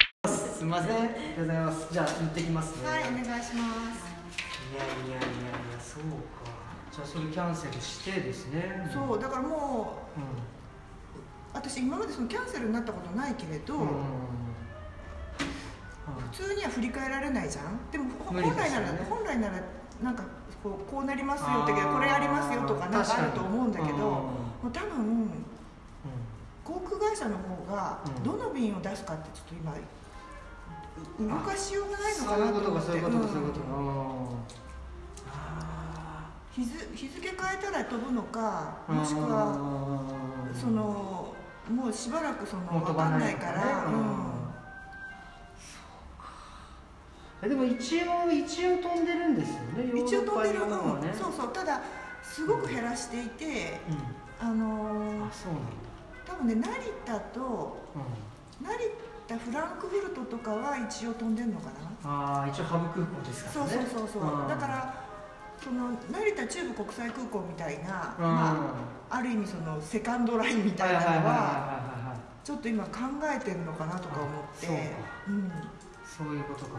みませんありがとうございますじゃあ行ってきますね、はい、いやいやいやいお願いします。やそうかじゃあそれキャンセルしてですねそう、だからもう、う私今までそのキャンセルになったことないけれど、ん、うん普通には振り返られないじゃん。でもほ無本理です来よなら、ね本来ならなんかこうこうなりますよってこれありますよとかなんかあると思うんだけど、もう多分航空会社の方がうんどの便を出すかってちょっと今。動かしようがないのそかういなうことと思かってそういうことかそういううことかん日付日付変えたら飛ぶのかもしくはそのもうしばらくその分かんないから、うんえでも一応一応飛んでるんですよね一応飛んでる、ヨーロッパ用のはねうん、そうそうただすごく減らしていて、うあんのーあ、そうなんだ多分ね成田とうん成田フランクフルトとかは一応飛んでるのかな、ああ一応ハブ空港ですかそらうねそうそうそう、んだからその成田中部国際空港みたいな、うんまあ、ある意味そのセカンドラインみたはいいはいはいなはいのははいはいちょっと今考えてるのかなとか思っあてそうかうんそういうことか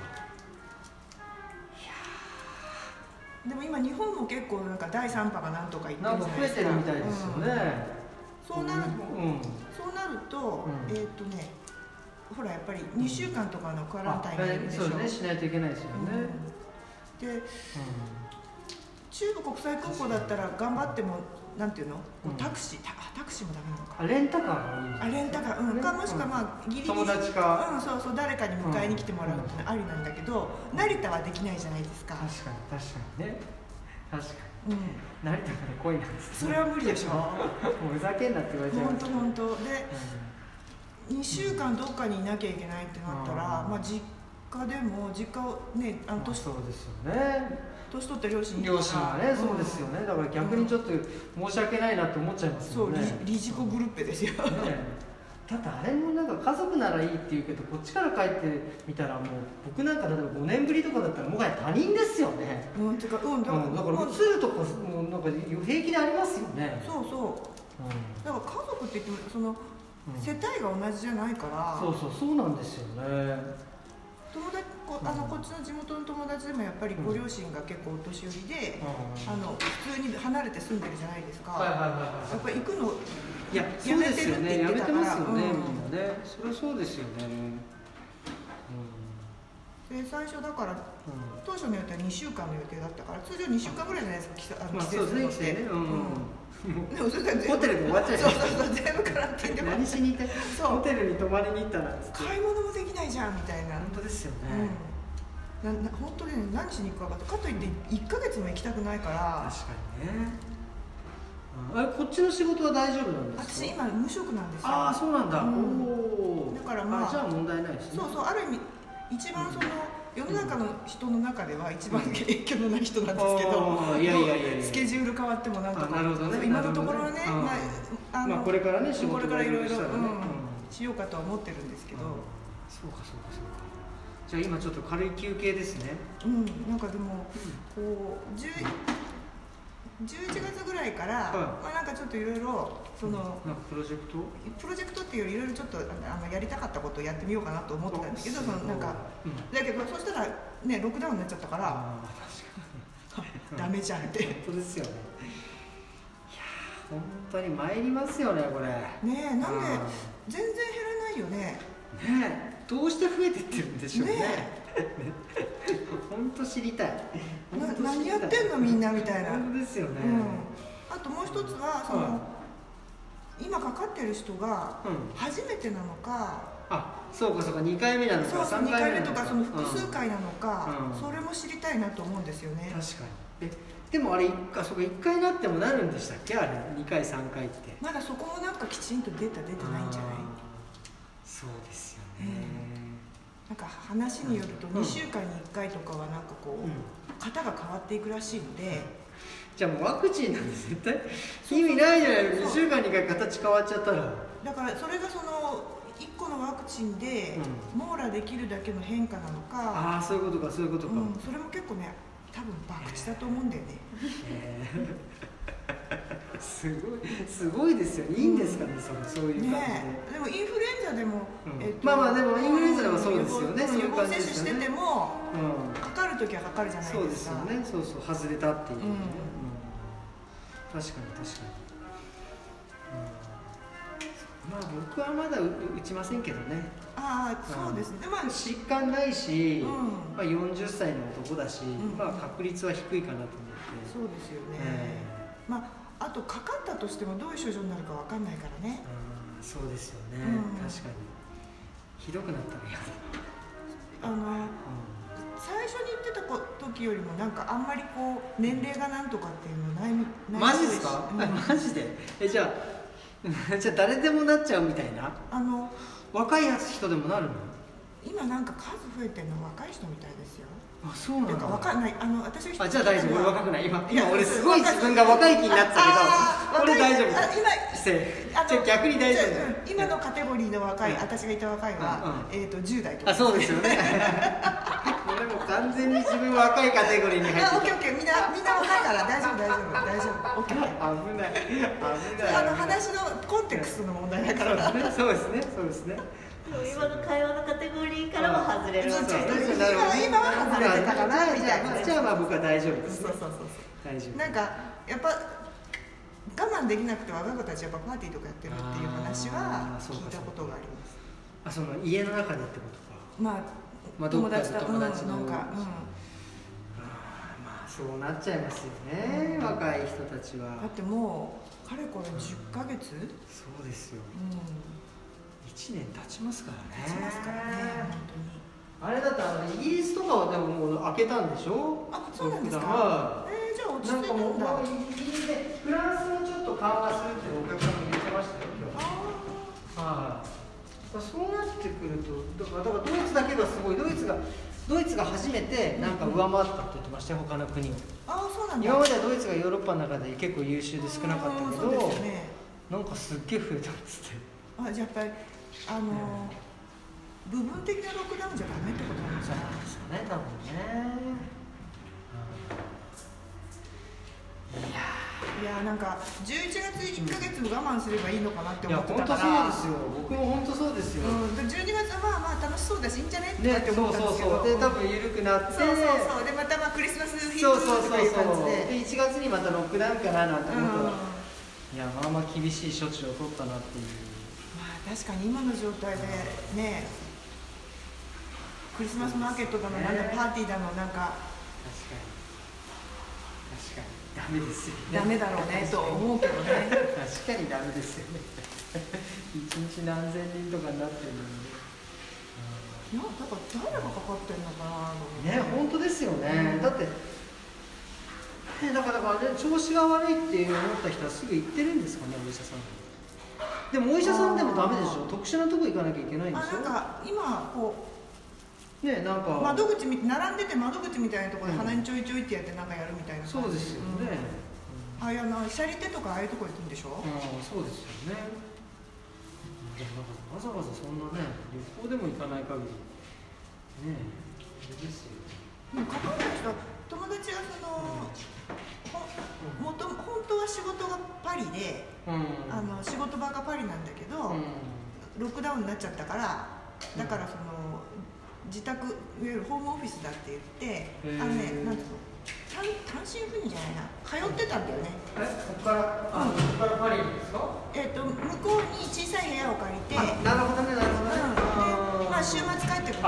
でも今日本も結構なんか第3波がなんとか言ってなんるかじ増ゃえないですてかるみたいですよね、うんそうなるうとんそうなると、うんえーっ、とねほらやっぱり2週間とかのクアランタインがいるでしょ、あそうねしないといけないですよね、うんうんで中部国際空港だったら頑張ってもなんていうの、こううんタクシータあタクシーもダメなのかあレンタカーがいいんじゃなあいレンタカー、うん、かねもしくはまあギリギリ、う友ん、達かそうそう誰かに迎えに来てもらうってのはありなんだけど、うん成田はできないじゃないですか確、かに確かにね確かうん、に成田から恋なんですそれは無理でしょもうふざけんなって言われちゃい本ます当よ本当でう2週間どっかにいなきゃいけないってなったら、うんまあ実家でも実家をねあんのまあ年そうですよね年取った両親いるから両親がねそうですよんねだから逆にちょっと申し訳ないなって思っちゃいますそようね理理事子グループですよねだってあれもなんか家族ならいいって言うけどこっちから帰ってみたらもう僕なんか例えば5年ぶりとかだったらもはや他人ですよね、うんてかうんうん、だだか、かららまあうつるとかもうなんか平気でありますよね、そうそううんだから家族って言ってもその、うん世帯が同じじゃないからそうそうそうなんですよね友達こあのこっちの地元の友達でもやっぱりご両親が結構お年寄りで、あの普通に離れて住んでるじゃないですか、はいはいはいやっぱり行くのいややそうめでてするよってね言やっめてたてかまらすよね、うんみんなねそれはそうですよねで最初だからうん、うん当初の予定は2週間の予定だったから通常2週間ぐらいじゃないですか帰省あのまあ帰そう省ですすね来るのってね、うん うんでもそれから全部ホテルで終わっちゃいそますうそうそう全部カランティンで何しに行 ってそうホテルに泊まりに行ったらっつって買い物もできないじゃんみたいな、本当ですよね、うん、なな本当にね何しに行くか分かってかといって1ヶ月も行きたくないから確かにね、うんあれこっちの仕事は大丈夫なんですか私今無職なんですよああそうなんだ、うんおおだからまあじゃあ問題ないですねそうそうある意味一番その世の中の人の中では一番うん影響のない人なんですけど、あーいやいやいやいやスケジュール変わってもなんとかあなるほどねそう今のところねなるほどねまああのまあこれからね仕これ事からいろいろ、したらね、うんうんしようかとは思ってるんですけど、そうかそうかそうかじゃあ今ちょっと軽い休憩ですね、うん、なんかでもこう10 11月ぐらいから、はいまあ、なんかちょっといろいろその、なんかプロジェクトプロジェクトっていうよりいろいろちょっとあのやりたかったことをやってみようかなと思ってたんですけどそのなんか、うんだけどそしたらねロックダウンになっちゃったからあーうんダメじゃんってね本当ですよねいやー本当に参りますよねこれねえなんでうん全然減らないよねえどうして増えてってるんでしょうねね 本当知りたいな本当知何りやたいってんのみんなみたいな、う本ん、当ですよね、あともう一つはその、は今かかってる人がうん初めてなのか、あそうかそうか2回目なのそうかそう三2回目なとのかその複数回なのか、うんそれも知りたいなと思うんですようねん、確かにえでもあれ一回そうか1回なってもなるんでしたっけあれ2回3回ってまだそこもなんかきちんとデータ出てないんじゃないあーそうですよね、なんか話によるとうん2週間に1回とかはなんかこうんう型が変わっていくらしいのでじゃあもうワクチンなんて絶対意味ないじゃないの2週間に1回形変わっちゃったら、だからそれがその1個のワクチンで網羅できるだけの変化なのか、ああそういうことかそういうことうか、ん、それも結構ね多分博打だと思うんだよねへーすごいすごいですよいいんですかね、そのそういう感じで、ねえでもインフルエンアでも、うんえっとまあまあでもインフルエンザでもそうですよね予防そういう感じ予防接種しててもうんかかる時はかかるじゃないそうでですすかよねそうそう外れたっていうね、うんうん確かに確かに、うんまあ僕はまだう打ちませんけどねああそうですね、まあ疾患ないし、うんまあ、40歳の男だし、んまあ確率は低いかなと思って、そうですよね、えまああとかかったとしてもどういう症状になるかわかんないからねえうんそうですよね、うん確かにひどくなったら嫌だ、あのう最初に言ってたこ時よりもなんかあんまりこう年齢がなんとかっていうのないみんないマジですか、うんえマジでえじゃあ じゃあ誰でもなっちゃうみたいなあの若い人でもなるの今なんか数増えてるの若い人みたいですよあそうななんんだかわかんないあの私あじゃあ大丈夫俺若くない今今いや俺すごい自分が若い気になってたああけど俺大丈夫若いあ今失礼あのじゃあ逆に大丈夫じゃあうん今のカテゴリーの若い、うん私がいた若いは、えっ、と10代とかあそうですよね 俺もう完全に自分若いカテゴリーに入あオっッてケーオッケーみんなみんな若いから大丈夫大丈夫大丈夫オッケーオッケた危ない危ないーあの話のコンテクストの問題だからそうですねそうですねそうですねでも今の会話のカテゴリーからは外れるわそうけそうですそうなるほどね今は外れてたかなみたいなじゃあじゃあまあ僕は大丈夫ですそうそうそう大丈そう夫なんかやっぱ我慢できなくて若い子たちやっぱパーティーとかやってるっていう話あはーそう聞かいたことがありあますその家の中でってことかまあ、まあどっ友かで達と友達のうん、なんか、あうん、ーまあそうなっちゃいますよね若い人たちはだってもうかれこれ10ヶ月、うん、そうですよ1年経ちますからね経ちますからね本あれだってあのイギリスとかはでももう開けたんでしょ当にあそうなんですかはえー、じゃあい落ちなん着いかたもんうだもうイギリスでフランスもちょっと緩和するってお客さんも言ってましたよ今日あはいだからそうなってくるとだからだからドイツだけがすごいドイツがドイツが初めてなんか上回ったって言ってましたよ他の国をーあーそうなんだ今まではドイツがヨーロッパの中で結構優秀で少なかったけうんそうどですよねなんかすっげえ増えたっつってあじゃあやっぱりあのー部分的なロックダウンじゃダメってことなんですそうなかんですよね多分ね、いやいやーなんか11月1ヶ月も我慢すればいいのかなっていや思って本たか当らそうですよ僕も本当そうですよ、うんで12月はまあまあ楽しそうだしいいんじゃねとかっねてそう思っそたんでうすけどそうで多分緩くなってそうそうそうでまたまあクリスマスヒーそうトそうそうとかいう感そうじでで1月にまたロックダウンかななんてうん思ったら、まいやまあまあ厳しい処置を取ったなっていうあ確かに今の状態でねクリスマスマーケットだのなんかパーティーだのなんか確かに確かにダメですよねダメだろうねと思うけどね確かにダメですよね 一日何千人とかになってるのになんか誰がかかってんのかなとね本当ですよね、だって、ね、だからだから、ね、調子が悪いって思った人はすぐ行ってるんですかねお医者さんでもお医者さんでもダメでしょ特殊なとこ行かなきゃいけないんであしなんょか今こうねなんか、窓口み並んでて窓口みたいなところで鼻にちょいちょいってやってなんかやるみたいな感じそうですよね、うんあいやなシャリテとかああいうとこ行くんでしょあ、あそうですよねでもだからわざわざそんなね旅行でも行かない限りねあれですよでもかかんない人は友達がそのほんもと本当は仕事がパリでうんあの仕事場がパリなんだけど、うんロックダウンになっちゃったからだからその自宅いわゆるホームオフィスだって言ってへーあのねなんていうの単単身赴任じゃないな通ってたんだよねえここからあここからパリですかえっ、と向こうに小さい部屋を借りて、うん、あなるほどねなるほどね、でまあ週末み帰ってくるみたい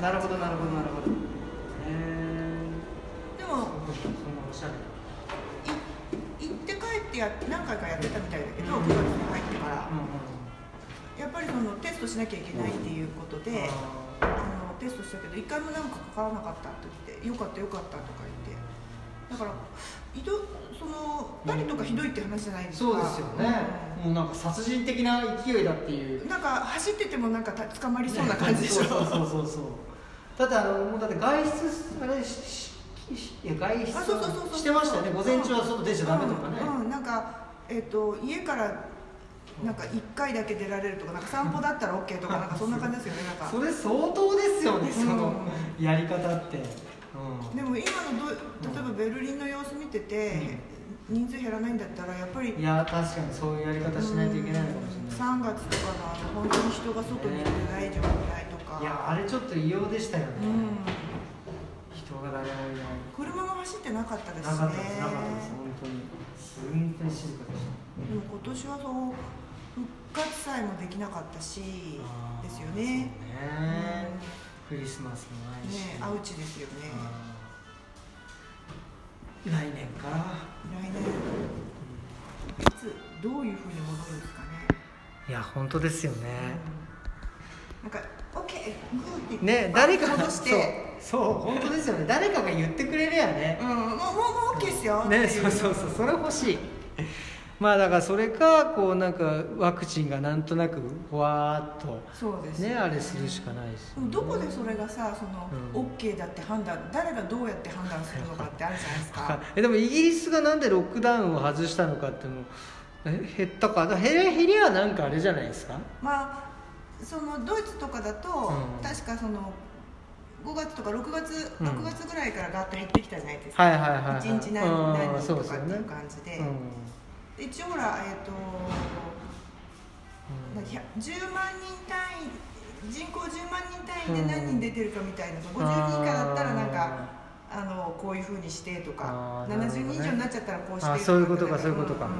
ななるほどなるほどなるほどへえそんなでもおしゃれい行って帰ってや何回かやってたみたいだけど9月に入ってからうんうんやっぱりそのテストしなきゃいけないっていうことで、あーあのテストしたけど一回もなんかかからなかったって言ってよかったよかったとか言ってだからひどそのパリとかひどいって話じゃないですそか、うですよね、もうなんか殺人的な勢いだっていううんなんか走っててもなんかた捕まりそうな感じでしそょ、うそうそうそうだってあのもうだって外出あれしししいや外出あそうそうそうそうしてましたよね午前中は外出ちゃダメとかね、うんうんなんかえっ、と家からなんか1回だけ出られるとかなんか散歩だったら OK とかなんかそんな感じですよねなんかそれ相当ですよねそのうやり方って、うんでも今のど例えばベルリンの様子見てて、うん人数減らないんだったらやっぱりいや確かにそういうやり方しないといけないのかもしれない、 3月とかのあの本当に人が外に出ない状態とか、いやあれちょっと異様でしたよね、うん、人が誰もいない車も走ってなかったですねなかったです、なかったです、本当に。本当に静かでした。でも今年はそう復活祭もできなかったしですよねねえ。クリスマスもないうんねし。アウチですよねうん来年か。来年いつどういうふうに戻るんですかね、いや、本当ですようんね。なんか「OK! グー」ってね、誰か戻してそう、そう、本当ですよね。誰かが言ってくれりゃ「ね。うん、もうもうもう OK ですよ」っていね、そうそうそう、それ欲しい。まあだからそれかこうなんかワクチンがなんとなくふわーっとそうですよねあれするしかないですでよねもどこでそれがさその、うん OK だって判断誰がどうやって判断するのかってあるじゃないですかえ でもイギリスがなんでロックダウンを外したのかっていうのえ減ったかだ減り減りはなんかあれじゃないですか まあそのドイツとかだと、うん確かその5月とか6月うん6月ぐらいからガーッと減ってきたじゃないですか、はいはいはいはい1日何人う何ん人そうとですかよってねいう感じで,、うん一応ほらえっ、うとなんんか10万人単位人口10万人単位で何人出てるかみたいな、50人以下だったらなんかあのこういうふうにしてとかあ、ーなるほど70ね人以上になっちゃったらこうしてあそういうことかそういうことかんんあ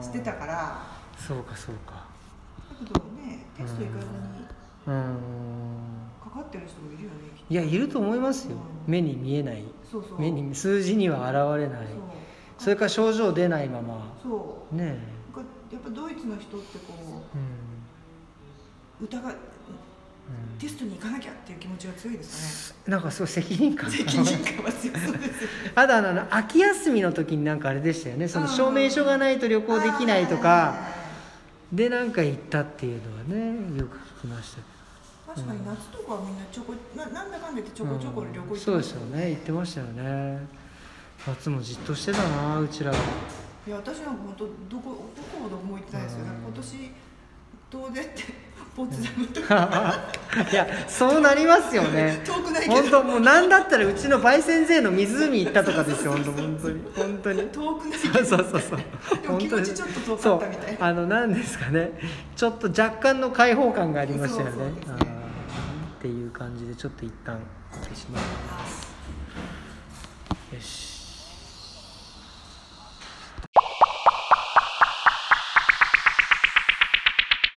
ーしてたからだそうかそうかけどねテスト行かずにうんかかってる人もいるよねきっといやいると思いますよ目に見えないそうそう目に数字には現れないそそうれから症状出ないままそねうなんかやっぱドイツの人ってこえ、うんう疑いうんテストに行かなきゃっていう気持ちが強いですなんかそう責任か感ね責任感は強そうですよ あとあのあの秋休みの時になんかあれでしたよねそのうん証明書がないと旅行できないとあかでなんか行ったっていうのはねよく聞きましたー確かに夏とかはみんなちょこななんだかんだ言ってちょこちょこ旅行行ってうまんすそうですよね行ってましたよね夏もじっとしてたなうちらはい や私なんか本当どこどこほども行ってないですよ、ねうん今年遠出ってポツダムとか いやそうなりますよね遠くないけど本当もう何だったらうちの焙煎税の湖行ったとかですよ本当本当に本当に遠くないけそうそうそうそうでも気持ちちょっと遠かったみたいなそうあの何ですかねちょっと若干の開放感がありましたよねそうそうですあねーっていう感じでちょっと一旦消しますどよし